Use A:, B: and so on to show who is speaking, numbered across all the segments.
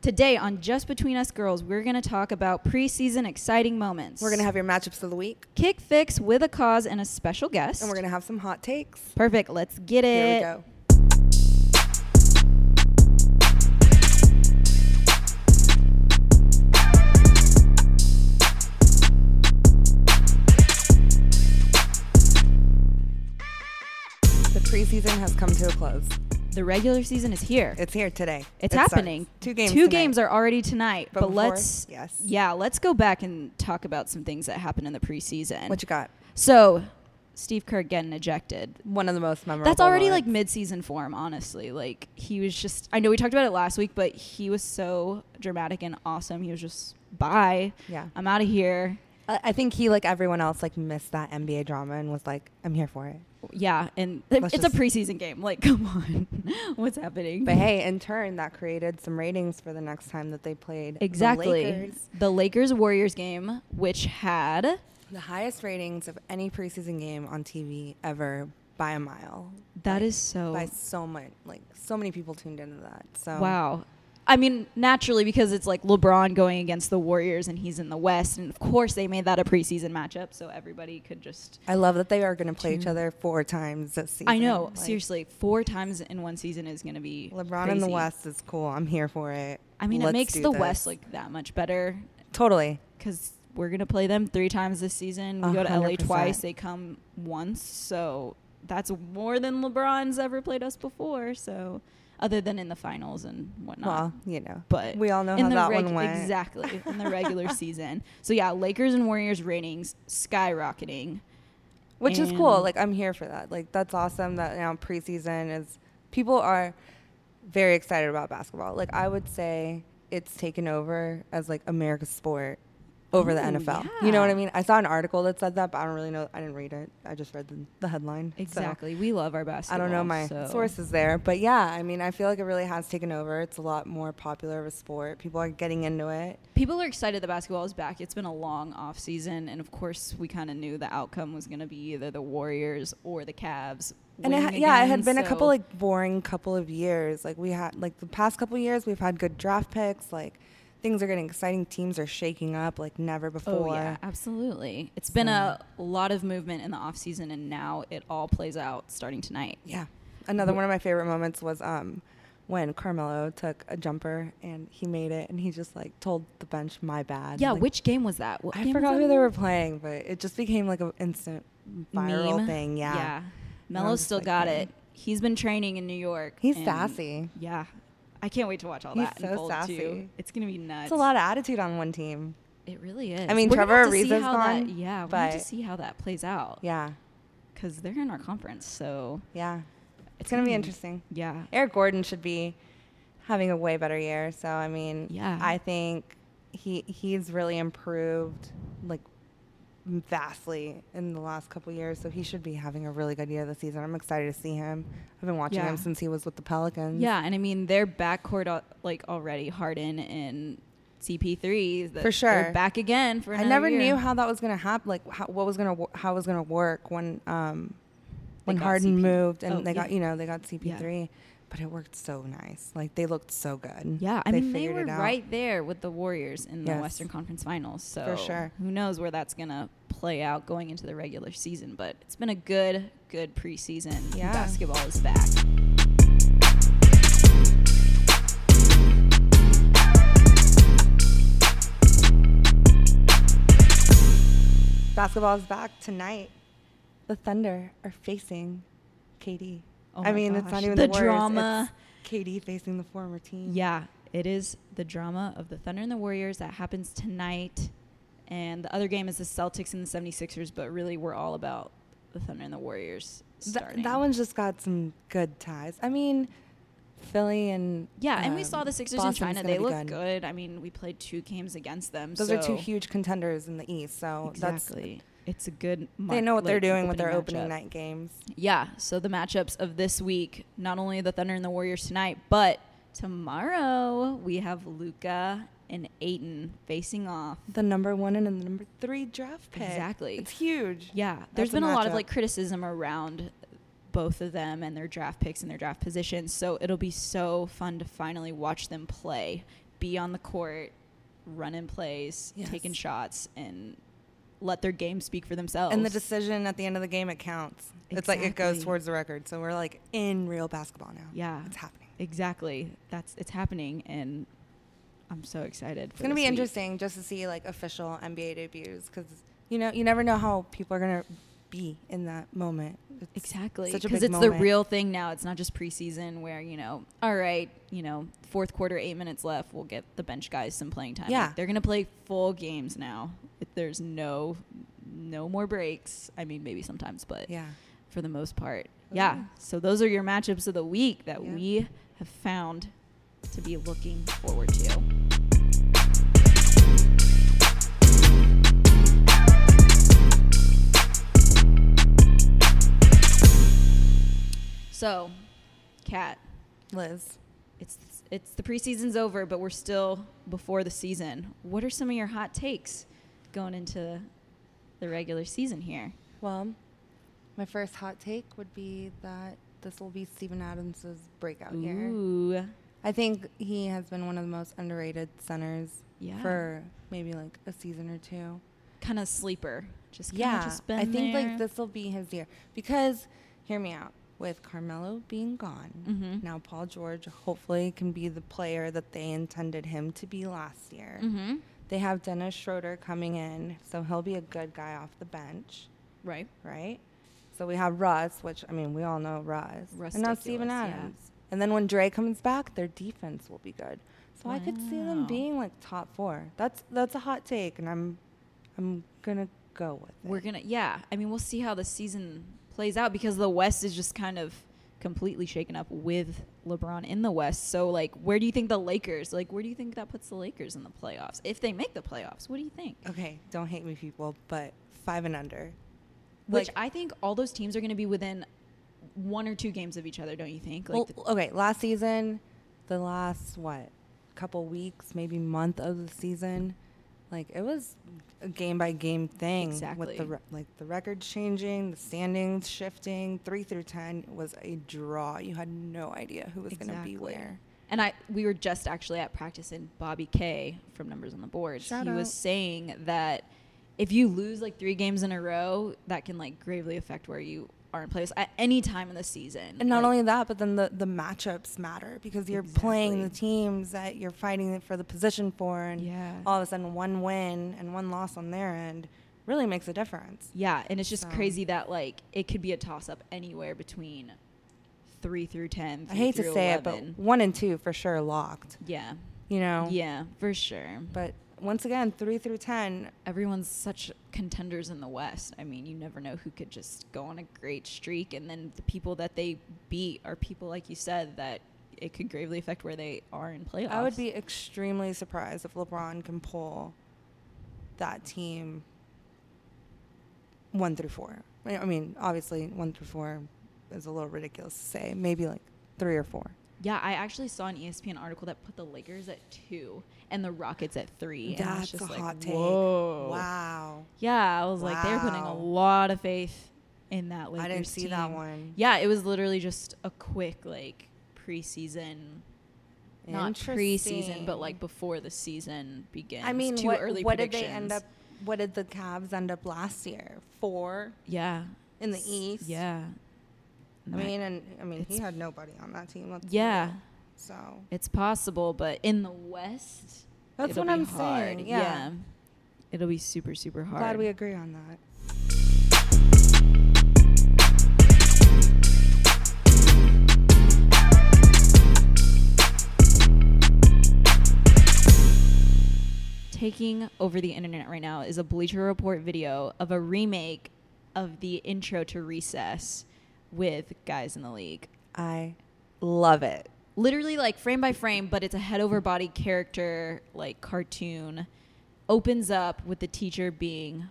A: Today on Just Between Us Girls, we're going to talk about preseason exciting moments.
B: We're gonna have your matchups of the week,
A: kick fix with a cause and a special guest.
B: and we're gonna have some hot takes.
A: Perfect. Let's get it.
B: Here we go. The preseason has come to a close.
A: The regular season is here.
B: It's here today.
A: It's
B: It starts.
A: happening.
B: Two games.
A: Two
B: tonight.
A: games are already tonight. But,
B: But before-
A: let's
B: yes.
A: yeah, let's go back and talk about some things that happened in the preseason.
B: What you got?
A: so, Steve Kerr getting ejected.
B: One of the most memorable.
A: That's already
B: ones.
A: like mid-season form, honestly. Like he was just I know we talked about it last week, but he was so dramatic and awesome. He was just bye.
B: Yeah.
A: I'm out of here.
B: I I think he, like everyone else, like missed that NBA drama and was like, "I'm here for it."
A: Yeah, and
B: Let's
A: it's a
B: just-
A: preseason game. Like, come on. What's happening?
B: But hey, in turn, that created some ratings for the next time that they played. the
A: Exactly.
B: Lakers.
A: The Lakers Warriors game, which had
B: The, highest ratings of any preseason game on TV ever by a mile.
A: that
B: Like,
A: is so
B: by so much. Like so many people tuned into that. So
A: wow. I mean, naturally because it's like LeBron going against the Warriors and he's in the West, and of course they made that a preseason matchup, so everybody could just.
B: I love that they are going to play each other four times this season.
A: I know,
B: Like,
A: seriously, four times in one season is going to be
B: LeBron in the
A: crazy.
B: West is cool. I'm here for it.
A: I mean, it
B: Let's
A: makes
B: do
A: the
B: this.
A: West look that much better
B: totally.
A: because we're gonna play them three times this season. We
B: A
A: go to LA
B: hundred
A: twice.
B: percent.
A: They come once, so that's more than LeBron's ever played us before. So, other than in the finals and whatnot.
B: Well, you know,
A: but
B: we all know
A: in
B: how
A: the
B: that
A: reg-
B: one went.
A: exactly in the regular season. So yeah, Lakers and Warriors ratings skyrocketing.
B: which is cool.
A: And-
B: Like I'm here for that. Like that's awesome that now preseason is people are very excited about basketball. Like I would say it's taken over as like America's sport over the
A: Oh,
B: NFL. You know what
A: yeah.
B: I mean? I saw an article that said that, but I don't really know. I didn't read it. I just read the, the headline. So,
A: Exactly, we love our
B: I
A: basketball.
B: don't know my
A: so-
B: sources there, but yeah, I mean, I feel like it really has taken over. It's a lot more popular of a sport. People are getting into it.
A: People are excited that basketball is back. It's been a long off season, and of course, we kind of knew the outcome was going to be either the Warriors or the Cavs.
B: And it, ha-
A: winning
B: yeah, it
A: again,
B: had been a couple
A: so-
B: like boring couple of years. Like we had like the past couple years, we've had good draft picks. Like things are getting exciting. Teams are shaking up like never before.
A: Oh yeah, absolutely. It's been a lot of movement in the off season, and now it all plays out starting tonight.
B: Yeah. Another one of my favorite moments was um when Carmelo took a jumper and he made it, and he just like told the bench, "My bad."
A: Yeah,
B: Like,
A: which game was that? What
B: I
A: game
B: forgot
A: was that
B: who they
A: again?
B: were playing, but it just became like an instant viral
A: Meme.
B: thing. Yeah.
A: yeah.
B: I'm
A: Melo's
B: just
A: still
B: like,
A: got
B: man.
A: it. He's been training in New York.
B: He's
A: and-
B: sassy.
A: Yeah, I can't wait to watch all
B: He's
A: that
B: so
A: unfold too.
B: sassy.
A: It's gonna be nuts.
B: It's a lot of attitude on one team.
A: It really is.
B: I mean,
A: We're gonna have
B: Trevor
A: to see
B: Ariza's
A: how
B: gone,
A: That, yeah, we need to
B: but-
A: see how that plays out.
B: Yeah.
A: because they're in our conference, so
B: Yeah. It's gonna be interesting.
A: Yeah,
B: Eric Gordon should be having a way better year. So I mean,
A: Yeah.
B: I think he he's really improved like vastly in the last couple years. So he should be having a really good year this season. I'm excited to see him. I've been watching
A: Yeah.
B: him since he was with the Pelicans.
A: yeah, and I mean their backcourt al- like already Harden and CP3 that
B: For
A: they're
B: sure.
A: back again for.
B: I
A: another
B: never
A: year.
B: knew how that was gonna happen. Like how, what was gonna wo- how it was gonna work when um
A: They
B: when
A: got
B: Harden
A: CP.
B: moved and
A: Oh,
B: they
A: yeah.
B: got you know they got CP3, but it worked so nice. Like they looked so good.
A: Yeah, I mean they
B: figured
A: were
B: it out.
A: right there with the Warriors in the
B: Yes.
A: Western Conference Finals, so
B: For sure.
A: who knows where that's gonna play out going into the regular season? But it's been a good, good preseason.
B: Yeah.
A: basketball is back.
B: Basketball is back tonight. The Thunder are facing KD.
A: Oh
B: I
A: my
B: mean, it's
A: gosh.
B: not even
A: The
B: the, worst.
A: drama.
B: It's KD facing the former team.
A: Yeah, it is the drama of the Thunder and the Warriors that happens tonight. And the other game is the Celtics and the 76ers, but really we're all about the Thunder and the Warriors
B: Th-
A: starting.
B: that one's just got some good ties. I mean, Philly and
A: Yeah, and we
B: um,
A: saw the Sixers
B: Boston's
A: in China.
B: gonna
A: They
B: be
A: look good. I mean, we played two games against them.
B: Those are
A: so-
B: two huge contenders in the East. So
A: Exactly. it's a good
B: that's they know what
A: mark-
B: they're
A: like,
B: doing with their opening
A: matchup.
B: night games.
A: Yeah, so the matchups of this week, not only the Thunder and the Warriors tonight, but tomorrow we have Luca and Aiton facing off.
B: The number one and the number three draft pick.
A: Exactly.
B: It's huge.
A: Yeah, there's
B: That's a
A: been a lot of
B: matchup.
A: like criticism around both of them and their draft picks and their draft positions. So it'll be so fun to finally watch them play. be on the court, running plays,
B: Yes.
A: taking shots, and let their game speak for themselves.
B: And the decision at the end of the game, it counts. It's like it goes
A: Exactly.
B: towards the record. So we're like in real basketball now.
A: Yeah.
B: It's happening.
A: exactly. That's it's happening, and I'm so excited.
B: It's gonna be interesting just to see like official NBA debuts because you know you never know how people are gonna be in that moment. It's
A: Exactly,
B: such a
A: because
B: big
A: it's the
B: moment.
A: real thing now. It's not just preseason where you know, all right, you know, fourth quarter, eight minutes left, we'll get the bench guys some playing time. Like,
B: Yeah.
A: they're gonna play full games now. If There's no, no more breaks. I mean, maybe sometimes, but
B: Yeah.
A: for the most part,
B: Oh,
A: yeah.
B: yeah.
A: So those are your matchups of the week that
B: Yeah.
A: we have found to be looking forward to. So, Kat,
B: Liz.
A: it's it's the preseason's over, but we're still before the season. What are some of your hot takes going into the regular season here?
B: Well, my first hot take would be that this will be Steven Adams's breakout year.
A: Ooh,
B: I think he has been one of the most underrated centers
A: yeah.
B: for maybe like a season or two.
A: kind of sleeper. Just kinda
B: yeah,
A: just been
B: I think
A: there.
B: like this will be his year because, hear me out. With Carmelo being gone,
A: Mhm.
B: now Paul George hopefully can be the player that they intended him to be last year.
A: Mm-hmm.
B: They have Dennis Schroeder coming in, so he'll be a good guy off the bench,
A: Right.
B: right? So we have Russ, which I mean we all know Russ,
A: Russ
B: and now
A: Diculus,
B: Steven
A: yeah.
B: Adams. And then when Dre comes back, their defense will be good. So I could see them
A: Wow.
B: being like top four. That's that's a hot take, and I'm I'm gonna go with it.
A: We're gonna yeah. I mean, we'll see how the season plays out because the West is just kind of completely shaken up with LeBron in the West. So like, where do you think the Lakers? Like, where do you think that puts the Lakers in the playoffs if they make the playoffs? What do you think?
B: Okay, don't hate me, people, but five and under.
A: Which
B: Like-
A: I think all those teams are going to be within one or two games of each other, don't you think? Like,
B: well,
A: the-
B: okay, last season, the last what couple weeks, maybe month of the season, like it was a game by game thing with
A: Exactly.
B: the re- like the records changing, the standings shifting. Three through ten was a draw. You had no idea who was going to be
A: Exactly.
B: where.
A: And I we were just actually at practice and Bobby K from Numbers on the Board.
B: Shout
A: he
B: out.
A: was saying that if you lose like three games in a row, that can like gravely affect where you are in place at any time in the season.
B: And not
A: Like,
B: only that, but then the, the matchups matter because you're playing the
A: Exactly.
B: teams that you're fighting for the position for, and
A: Yeah.
B: all of a sudden one win and one loss on their end really makes a difference.
A: Yeah, and it's just
B: So.
A: crazy that like it could be a toss up anywhere between three through ten.
B: I
A: three
B: hate to
A: through
B: say
A: 11.
B: it, but one and two for sure locked.
A: yeah,
B: You know.
A: yeah, for sure.
B: But once again, three through ten.
A: everyone's such contenders in the West. I mean, you never know who could just go on a great streak, and then the people that they beat are people like you said that it could gravely affect where they are in playoffs.
B: I would be extremely surprised if LeBron can pull that team one through four. I I mean, obviously, one through four is a little ridiculous to say. Maybe like three or four.
A: Yeah, I actually saw an E ESPN article that put the Lakers at two and the Rockets at three. and I was
B: That's
A: just
B: a
A: like,
B: hot take.
A: Whoa.
B: Wow.
A: Yeah, I was like, they're putting a
B: Wow.
A: lot of faith in that Lakers
B: I didn't see that
A: team.
B: one.
A: Yeah, it was literally just a quick like preseason not preseason, but
B: Interesting.
A: like before the season begins.
B: I mean,
A: too
B: what,
A: early
B: what did
A: predictions.
B: they end up? What did the Cavs end up last year? Four
A: Yeah,
B: in the
A: S-
B: East.
A: Yeah,
B: I mean, and I mean, he
A: It's-
B: had nobody on that team. Let's be
A: yeah,
B: real. So
A: it's possible, but in the West,
B: That's
A: it'll
B: what
A: be
B: I'm
A: hard.
B: saying, yeah.
A: it'll be super super hard.
B: glad we agree on that.
A: taking over the internet right now is a Bleacher Report video of a remake of the intro to Recess with guys in the league.
B: I love it.
A: literally like frame by frame, but it's a head over body character like cartoon. Opens up with the teacher being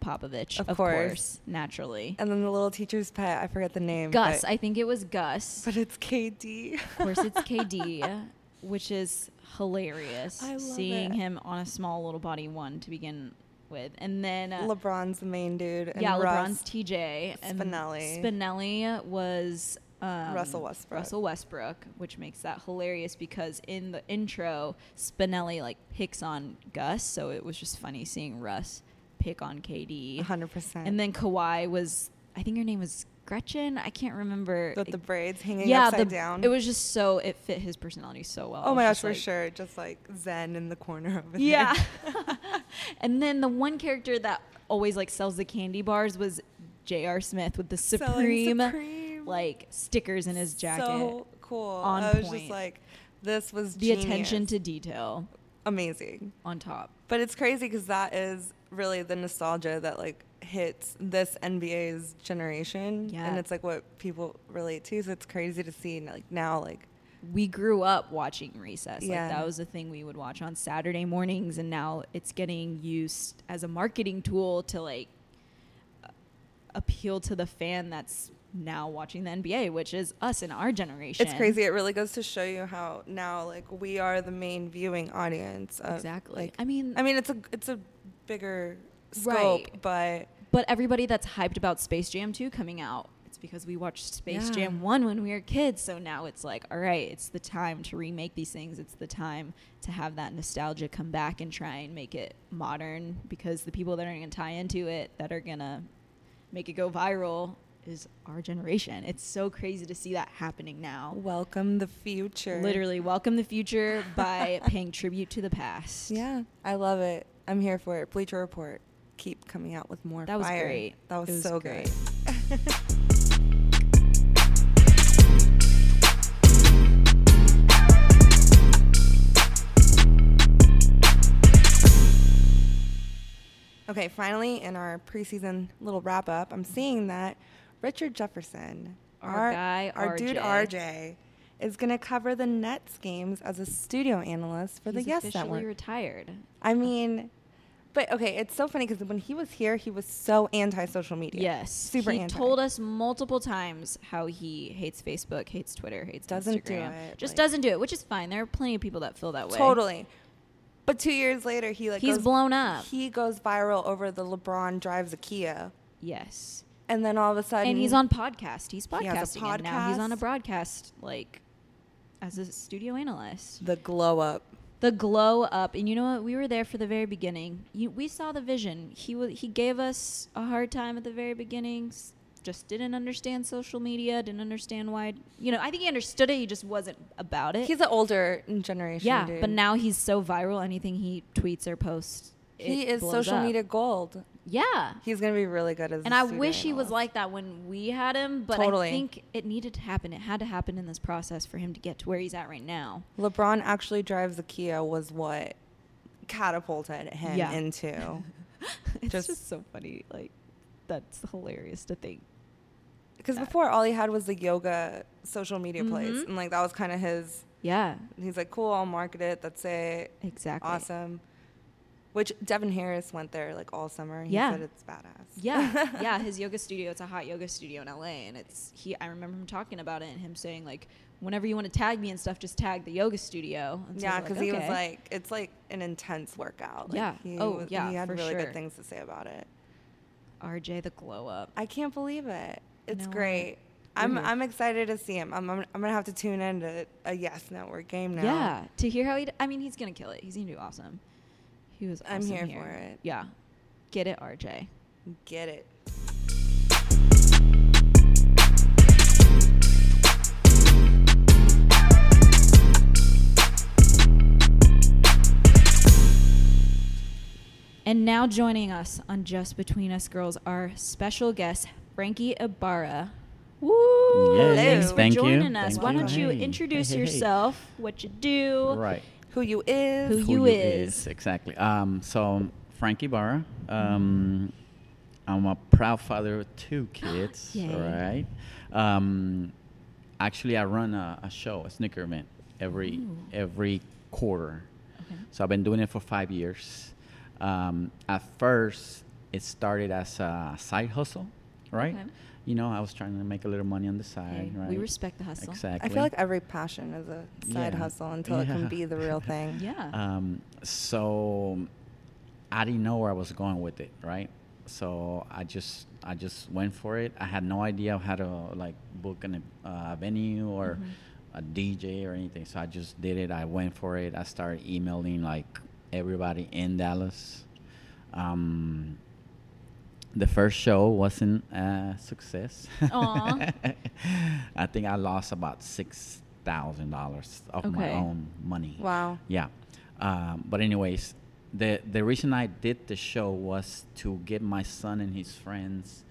A: Popovich, of,
B: Of
A: course.
B: course.
A: naturally.
B: And then the little teacher's pet. I forget the name.
A: Gus,
B: but,
A: I think it was Gus.
B: but it's KD.
A: of course, it's KD, which is hilarious.
B: I love
A: Seeing
B: it.
A: him on a small little body one to begin with, and then uh,
B: LeBron's the main dude. And
A: yeah,
B: Russ.
A: LeBron's TJ and
B: Spinelli.
A: Spinelli was um,
B: Russell Westbrook.
A: Russell Westbrook, which makes that hilarious because in the intro, Spinelli like picks on Gus, so it was just funny seeing Russ pick on KD.
B: 100%.
A: And then Kawhi was, I think her name was Gretchen. I can't remember.
B: with the braids hanging
A: yeah,
B: upside
A: the-
B: down.
A: it was just so it fit his personality so well.
B: Oh
A: It was
B: my gosh,
A: just
B: for
A: like-
B: sure. Just like Zen in the corner over there.
A: Yeah. and then the one character that always like sells the candy bars was J.R. Smith with the
B: Selling
A: supreme,
B: Supreme.
A: like stickers in his jacket.
B: So cool.
A: On
B: I was
A: point.
B: just like, this was
A: the attention
B: genius.
A: to detail
B: amazing.
A: on top.
B: But it's crazy because that is really the nostalgia that like hits this NBA's generation,
A: Yeah.
B: and it's like what people relate to. So it's crazy to see like now like
A: We grew up watching recess.
B: Yeah.
A: Like that was a thing we would watch on Saturday mornings and now it's getting used as a marketing tool to like a- appeal to the fan that's now watching the NBA, which is us in our generation.
B: it's crazy. It really goes to show you how now like we are the main viewing audience. Of,
A: Exactly.
B: Like,
A: I mean
B: I mean, it's a it's a bigger scope,
A: Right.
B: but
A: But everybody that's hyped about Space Jam 2 coming out, it's because we watched Space
B: Yeah.
A: Jam 1 when we were kids. So now it's like, all right, it's the time to remake these things. It's the time to have that nostalgia come back and try and make it modern because the people that are going to tie into it, that are going to make it go viral, is our generation. It's so crazy to see that happening now.
B: welcome the future.
A: Oh. Literally, welcome the future by paying tribute to the past.
B: Yeah, I love it. I'm here for it. Bleacher Report, keep coming out with more.
A: That was
B: fire.
A: great.
B: That was,
A: It was
B: so
A: great.
B: great. Okay, finally, in our preseason little wrap up, I'm seeing that Richard Jefferson,
A: Our guy,
B: our dude
A: RJ.
B: RJ, is going to cover the Nets games as a studio analyst for
A: He's
B: the Yes
A: officially
B: Network.
A: retired.
B: I mean, but okay, it's so funny because when he was here, he was so anti social media.
A: Yes.
B: super
A: He
B: anti.
A: told us multiple times how he hates Facebook, hates Twitter, hates
B: Doesn't do
A: Instagram.
B: it,
A: Just
B: like-
A: doesn't do it, which is fine. There are plenty of people that feel that way.
B: totally. But two years later, he like
A: He's
B: goes-
A: blown up.
B: He goes viral over the LeBron drives a Kia,
A: Yes.
B: and then all of a sudden,
A: and he's on podcast. He's podcasting
B: He has a
A: and now he's on a
B: podcast.
A: broadcast like as a studio analyst.
B: the glow up.
A: The glow up, and you know what? We were there for the very beginning. You, we saw the vision. He wa he gave us a hard time at the very beginning. s- Just didn't understand social media. Didn't understand why. You know, I think he understood it. He just wasn't about it.
B: He's an older generation.
A: Yeah,
B: dude.
A: but now he's so viral. Anything he tweets or posts,
B: he
A: it
B: is
A: blows
B: social
A: up.
B: media gold.
A: Yeah,
B: He's gonna be really good as.
A: and
B: I
A: I wish he was like that when we had him, but I
B: Totally.
A: think it needed to happen. It had to happen in this process for him to get to where he's at right now.
B: LeBron actually drives a Kia was what catapulted him
A: Yeah.
B: into.
A: It's
B: Just-
A: just, so funny. Like that's hilarious to think.
B: Because
A: that.
B: before, all he had was the yoga social media place,
A: Mhm.
B: and like that was kind of his.
A: Yeah,
B: He's like, "Cool, I'll market it. That's it.
A: exactly.
B: Awesome." Which Devin Harris went there like all summer. He
A: Yeah.
B: said it's badass.
A: Yeah, yeah. His yoga studio. It's a hot yoga studio in LA, and it's he. I remember him talking about it and him saying like, whenever you want to tag me and stuff, just tag the yoga studio. And so I
B: yeah,
A: was
B: because he was
A: "Okay."
B: like, it's like an intense workout. Like,
A: Yeah.
B: He
A: Oh,
B: was,
A: yeah,
B: He had
A: for
B: really
A: sure.
B: good things to say about it.
A: RJ the glow up.
B: I can't believe it. It's
A: know what?
B: great. I'm
A: Ooh.
B: I'm excited to see him. I'm I'm, I'm gonna have to tune in to a Yes Network game now.
A: Yeah, to hear how he. D- I mean, he's gonna kill it. He's gonna do awesome. He was.
B: I'm
A: awesome
B: here for it.
A: Yeah, get it, RJ.
B: Get it.
A: And now joining us on Just Between Us Girls, our special guest Frankie Ibarra. Woo!
C: Yay,
A: Thanks for
B: thank
C: you,
A: joining us.
C: thank
A: Why
B: you.
A: don't you
C: Hey,
A: introduce
C: hey, hey, hey.
A: yourself? What you do?
C: Right.
B: Who you is?
A: Who you is.
C: Exactly. Um, so, Frankie Barra.
A: Mm-hmm.
C: Um, I'm a proud father of two kids.
A: Yay.
C: Right. Um, actually, I run a, a show, a snicker event, every,
A: Ooh.
C: every quarter.
A: Okay.
C: So, I've been doing it for five years. Um, at first, it started as a side hustle, right?
A: Okay.
C: You know, I was trying to make a little money on the
A: Hey,
C: side, right?
A: We respect the hustle.
C: Exactly.
B: I feel like every passion is a side
C: Yeah.
B: hustle until it
C: Yeah.
B: can be the real thing.
C: Uh,
A: Yeah.
C: Um, so I didn't know where I was going with it, right? so I just I just went for it. I had no idea how to like book an, uh, a venue or
A: Mm-hmm.
C: a DJ or anything. So I just did it. I went for it. I started emailing like everybody in Dallas. Um, the first show wasn't a success.
A: Aw.
C: I think I lost about six thousand dollars of my
A: Okay.
C: own money.
B: Wow.
C: Yeah. Um, but anyways, the the reason I did the show was to get my son and his friends.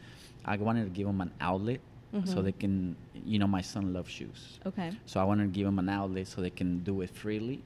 C: I wanted to give them an outlet so
B: Mhm.
C: they can, you know, my son loves shoes.
A: Okay.
C: So I wanted to give them an outlet so they can do it freely.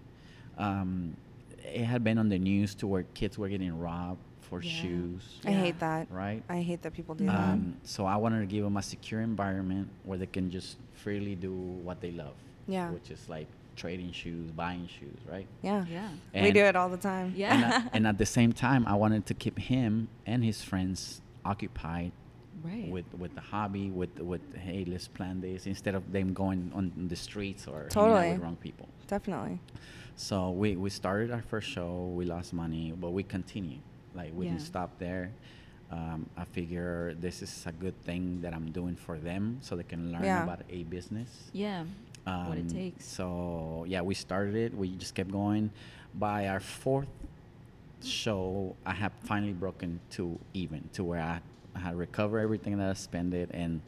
C: Um, it had been on the news to where kids were getting robbed for
A: Yeah.
C: shoes,
B: I
A: Yeah.
B: hate that.
C: right?
B: I hate that people do that.
C: Um, so I wanted to give them a secure environment where they can just freely do what they love.
B: Yeah.
C: Which is like trading shoes, buying shoes, right?
B: Yeah.
A: Yeah.
B: we
C: And-
B: do it all the time.
A: Yeah.
C: And, I- and at the same time, I wanted to keep him and his friends occupied
A: Right.
C: with with the hobby, with with hey, let's plan this instead of them going on the streets or hanging
B: Totally.
C: out with wrong people.
B: Definitely.
C: So we we started our first show. We lost money, but we continued. Like we didn't
A: Yeah.
C: stop there. Um, I figure this is a good thing that I'm doing for them, so they can learn
B: Yeah.
C: about a business.
A: yeah. what it takes.
C: Um, So yeah, we started it. We just kept going. By our fourth show, I had finally broken to even to where I, I had recovered everything that I spent it, and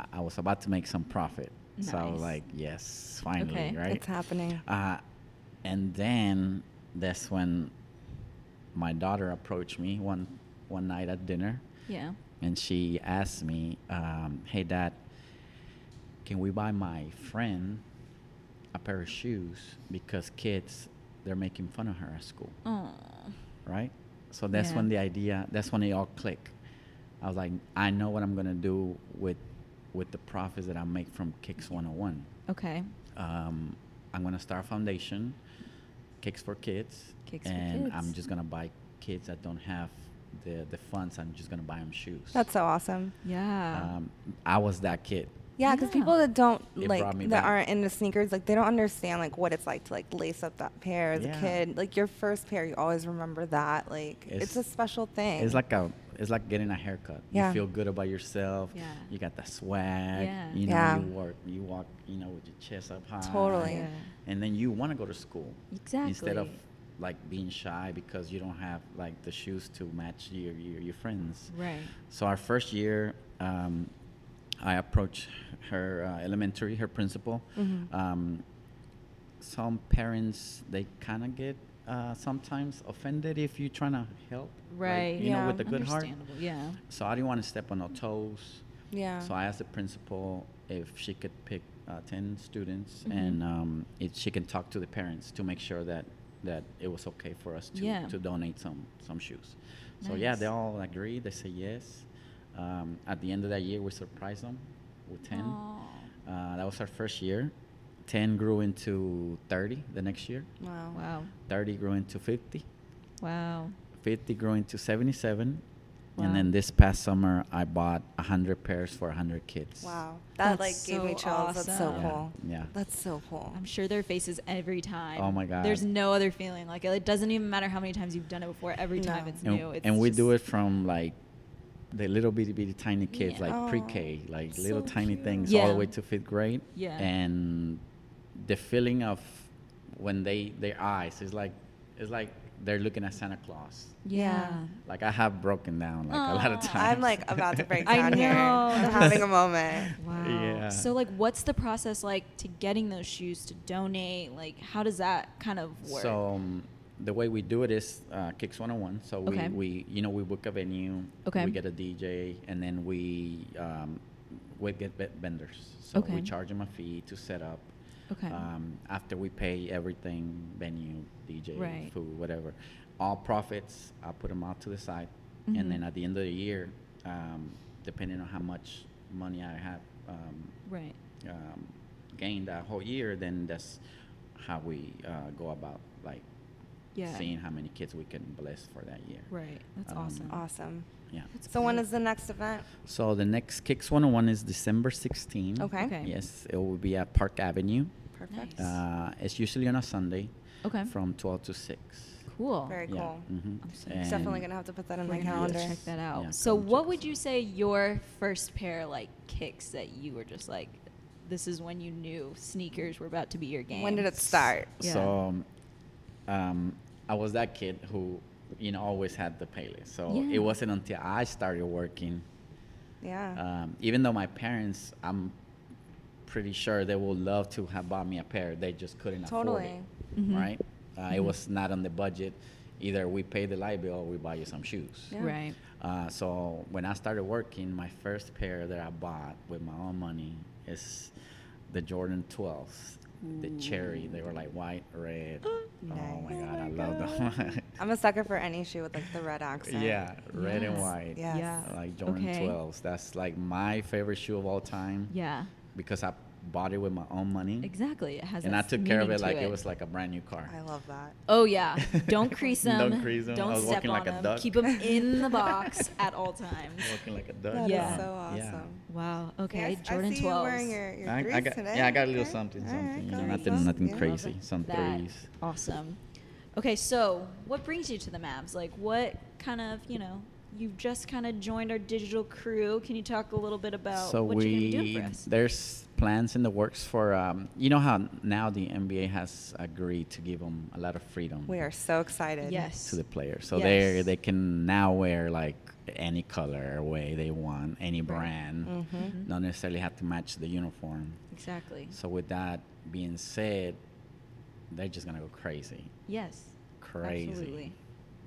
C: I- I was about to make some profit. So I was
A: Nice.
C: like, yes, finally,
A: Okay.
C: right?
B: It's happening.
C: Uh, and then that's when my daughter approached me one one night at dinner,
A: yeah.
C: and she asked me, um, "Hey, Dad, can we buy my friend a pair of shoes because kids they're making fun of her at school,
A: Oh.
C: right?" So that's
A: Yeah.
C: when the idea, that's when it all clicked. I was like, "I know what I'm gonna do with with the profits that I make from Kicks 101."
A: Okay.
C: um, I'm gonna start a foundation, Kicks for Kids,
A: Kicks for
C: and I'm
A: Kids.
C: just gonna buy kids that don't have the the funds. I'm just gonna buy them shoes.
B: That's so awesome.
A: Yeah.
C: Um, I was that kid.
B: Yeah, because
A: Yeah.
B: people that don't
C: It
B: like
C: brought me
B: that
C: back.
B: aren't into sneakers, like they don't understand like what it's like to like lace up that pair as
C: Yeah.
B: a kid. Like your first pair, you always remember that. Like it's,
C: It's-
B: a special thing.
C: It's like a it's like getting a haircut.
B: Yeah.
C: You feel good about yourself.
A: Yeah.
C: You got the swag.
A: Yeah.
C: You know,
B: Yeah.
C: you work you walk, you know, with your chest up high.
B: Totally.
A: Yeah.
C: And then you wanna go to school. Instead of
A: Exactly.
C: like being shy because you don't have like the shoes to match your your, your friends.
A: right.
C: So our first year, um, I approached her uh, elementary, her principal.
B: Mhm.
C: Um, some parents they kind of get uh, sometimes offended if you're trying to help,
A: Right.
C: You know, with
B: Yeah.
C: a good heart.
A: Understandable. Yeah.
C: So I didn't want to step on her toes.
B: yeah.
C: So I asked the principal if she could pick uh, ten students
A: Mhm.
C: and um, if she can talk to the parents to make sure that that it was okay for us to,
A: Yeah.
C: to donate some some shoes. So yeah, they
A: Nice.
C: all agreed. They say yes. Um, at the end of that year, we surprised them with ten.
A: Aw.
C: Uh, that was our first year. Ten grew into thirty the next year.
B: wow.
A: Wow.
C: Thirty grew into fifty.
A: Wow.
C: 50 growing to 77
A: Wow.
C: and then this past summer i bought 100 pairs for 100 kids
B: Wow. That
A: That's
B: like gave me
A: so
B: chills. That's so
A: awesome.
C: Yeah,
B: cool.
C: yeah.
B: That's so cool.
A: I'm sure their faces every time.
C: Oh my God.
A: There's no other feeling like it. It doesn't even matter how many times you've done it before. Every time
B: No.
A: it's
C: and,
A: new. It's
C: and we do it
A: just-
C: from like the little bitty bitty tiny kids
A: Yeah.
C: like
B: Aw,
C: pre-k like
B: Oh, so
C: little tiny
B: cute.
C: things all
A: Yeah.
C: the way to fifth grade
A: Yeah.
C: and the feeling of when they their eyes is like it's like they're looking at santa claus
A: Yeah.
C: like i have broken down like a lot of
A: Aw.
C: times
B: I'm like about to break
A: I
B: down here.
A: know,
B: I'm
A: that's-
B: having a moment.
A: Wow.
C: Yeah.
A: So like, what's the process like to getting those shoes to donate? Like, how does that kind of work?
C: So um, the way we do it is uh, Kicks 101. So we,
A: Okay.
C: we you know we book a venue,
A: Okay.
C: we get a DJ, and then we um, we get ve- vendors. So we
A: Okay.
C: charge them a fee to set up.
A: okay.
C: Um, after we pay everything, venue, DJ,
A: Right.
C: food, whatever, all profits I put them out to the side,
A: Mhm.
C: and then at the end of the year, um, depending on how much money I have. Um,
A: right.
C: um, gain that whole year, then that's how we uh, go about like
A: Yeah.
C: seeing how many kids we can bless for that year.
A: Right. That's
C: Um,
A: awesome.
B: Awesome.
C: Yeah.
A: That's
B: so when
A: great.
B: is the next event?
C: So the next Kicks 101 is December 16.
B: Okay.
A: Okay.
C: Yes, it will be at Park Avenue.
B: Perfect.
A: Nice.
C: Uh, it's usually on a Sunday
A: Okay.
C: from 12 to 6.
A: Cool.
B: Very
C: yeah.
B: cool.
C: mhm.
A: I'm so
B: It's
A: excited.
B: Definitely
C: And-
B: gonna have to put that on
A: We're
B: my
A: gonna have to
B: calendar.
A: Check that out.
C: Yeah,
A: so,
C: come check
A: what
C: us
A: would you say your first pair like kicks that you were just like, this is when you knew sneakers were about to be your game?
B: When did it start?
A: Yeah.
C: So um, I was that kid who, you know, always had the playlist. So
A: Yeah.
C: it wasn't until I started working,
B: Yeah.
C: um, even though my parents, I'm pretty sure they would love to have bought me a pair. They just couldn't
B: Totally. Mm-hmm.
C: afford it, right? Uh, It was not on the budget. Either we pay the light bill or we buy you some shoes.
B: Yeah.
A: Right.
C: Uh, so when I started working, my first pair that I bought with my own money is the Jordan 12s, the cherry. They were like white, red. Oh, my
B: Nice.
C: god, I love them.
B: I'm a sucker for any shoe with like the red accent.
C: yeah, red and
A: Yes.
C: white.
B: Yes.
A: Yeah.
C: I Like Jordan
A: Okay.
C: 12s. That's like my favorite shoe of all time
A: Yeah.
C: because I bought it with my own money.
A: Exactly. It has.
C: And I
A: that
C: took care of
A: meaning
C: it
A: to
C: like it. was like a brand new car.
B: I love that.
A: Oh yeah. Don't crease them.
C: Don't crease 'em. I
A: Don't
C: was
A: step
C: walking
A: on
C: like a
A: them.
C: duck.
A: Keep them in the box at all times.
C: Looking like a duck.
B: That is
A: Yeah.
B: so
C: Uh, yeah.
B: awesome.
A: Wow.
B: Yeah, I
A: Okay.
B: s- I
A: Jordan
B: see you
A: 12s.
B: wearing your, your
C: I, I
B: threes
C: got,
B: today.
C: yeah, I got a little
B: Okay.
C: something,
B: All right,
C: something. you know,
B: cool.
C: nothing,
A: Threes.
C: nothing
B: Yeah.
C: crazy. Some
A: That-
C: threes.
A: Awesome. Okay, so what brings you to the Mavs? Like, what kind of you know you've just kind of joined our digital crew? Can you talk a little bit about
C: so
A: what
C: we
A: you're gonna do for us?
C: there's plans in the works for um, you know how now the NBA has agreed to give them a lot of freedom
B: We are so excited.
A: yes.
C: to the players, so
A: Yes.
C: they they can now wear like any color or way they want, any brand,
B: Mhm.
C: not necessarily have to match the uniform.
A: Exactly.
C: So with that being said, they're just gonna go crazy,
A: Yes.
C: crazy,
A: Absolutely.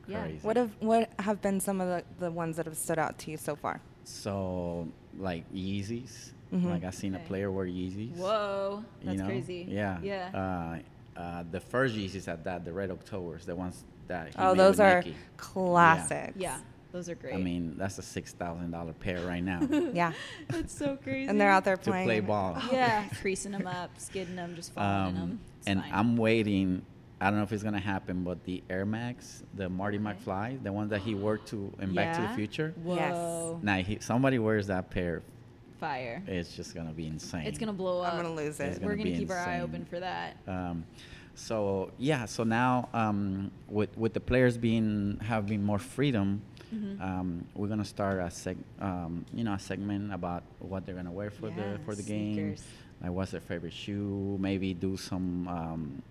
A: Yeah.
C: crazy.
B: What have what have been some of the, the ones that have stood out to you so far?
C: so like Yeezys,
B: Mhm.
C: like I seen
A: Okay.
C: a player wear Yeezys.
A: Whoa,
C: you
A: that's
C: know?
A: crazy.
C: Yeah.
A: Yeah.
C: Uh, uh, the first Yeezys at that, the Red Octobers, the ones that. he
B: Oh,
C: made
B: those
C: with
B: are
C: Nike.
B: classics.
A: yeah. Those are great.
C: I mean, that's a six thousand dollar pair right now to
B: Yeah.
A: that's so crazy.
B: And they're out there playing.
C: play ball.
A: Yeah, creasing them up, skidding them, just following them.
C: Um, and I'm waiting. I don't know if it's gonna happen, but the Air Max, the Marty
A: Okay.
C: McFly, the one that he worked to in Back to the
A: Yeah.
C: Future.
B: Yes.
A: Whoa.
C: Now, he, somebody wears that pair,
A: Fire.
C: it's just gonna be insane.
A: It's gonna blow up.
B: I'm gonna lose
C: It's
B: it.
C: gonna
A: We're gonna
C: be
A: keep our eye
C: insane.
A: open for that.
C: Um, so yeah, so now um, with with the players being having more freedom,
A: Mm-hmm.
C: um, we're gonna start a seg um, you know a segment about what they're gonna wear for
A: Yeah,
C: the for the game,
A: sneakers.
C: like what's their favorite shoe, maybe do some. Um,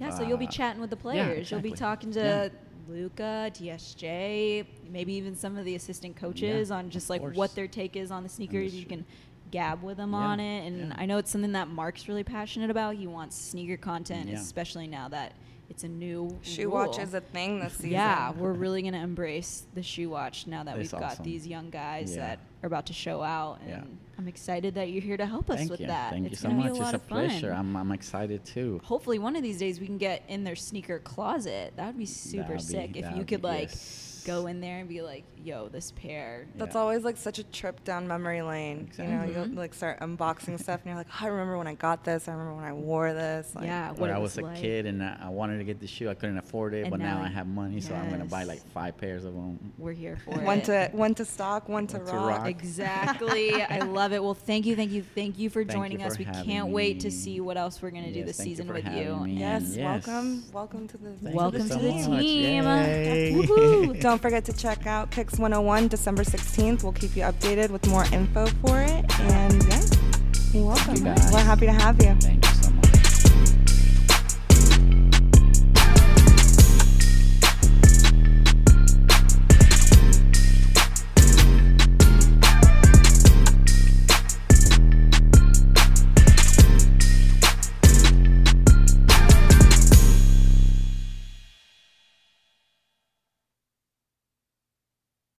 A: Yeah, so you'll be
C: uh,
A: chatting with the
C: yeah,
A: players. You'll be
C: exactly.
A: talking
C: Yeah.
A: to Luca, DSJ, maybe even some of the assistant coaches
C: Yeah,
A: on just
C: of
A: like
C: course.
A: what their take is on the sneakers. You
C: sh-
A: can gab with them
C: Yeah,
A: on it, and
C: yeah.
A: I know it's something that Mark's really passionate about. He wants sneaker content,
C: Yeah.
A: especially now that it's a new
B: Shoe
A: rule.
B: watch is a thing this season.
A: Yeah, we're really gonna embrace the shoe watch now that
C: That's
A: we've got
C: awesome.
A: these young guys
C: Yeah.
A: that are about to show out, and
C: Yeah.
A: I'm excited that you're here to help us
C: Thank
A: with
C: you,
A: that.
C: thank
A: it's
C: you so
A: gonna
C: much.
A: Be a
C: it's
A: lot
C: a
A: of fun.
C: pleasure. I'm I'm excited too.
A: Hopefully, one of these days we can get in their sneaker closet. That would be super
C: That'd be-
A: sick if you
C: that'd
A: could
C: be-
A: like
C: yes.
A: go in there and be like, "Yo, this pair."
B: That's
C: Yeah.
B: always like such a trip down memory lane. You
C: Exactly.
B: know, you'll like start unboxing stuff and you're like, oh, I remember when I got this. I remember when I wore this. Like,
A: yeah, what
C: When
A: it
C: I
A: was
C: was a
A: like.
C: kid and I I wanted to get the shoe, I couldn't afford it,
A: And
C: but
A: now
C: now I
A: you-
C: have money, so I'm gonna buy
A: Yes.
C: like five pairs of them.
A: We're here for
B: One
A: it.
B: to one to stock, one to
C: One to
B: rock.
C: rock.
A: Exactly. I love it. Well, thank you, thank you, thank you for
C: Thank you
A: joining
C: for
A: us. We
C: having
A: can't wait to
C: me.
A: see what else we're gonna do
C: Yes,
A: this
C: thank you
A: season
C: for
A: with
C: having
A: you.
C: me.
B: Yes,
C: Yes.
B: welcome, welcome to the
C: Thank you
A: Welcome
C: so
A: to the
C: much.
A: team.
C: Yay.
A: Woohoo.
B: Don't forget to check out Pix 101 December 16th. We'll keep you updated with more info for it. And yeah, you're welcome.
C: guys.
B: We're happy to have you.
C: Thank you so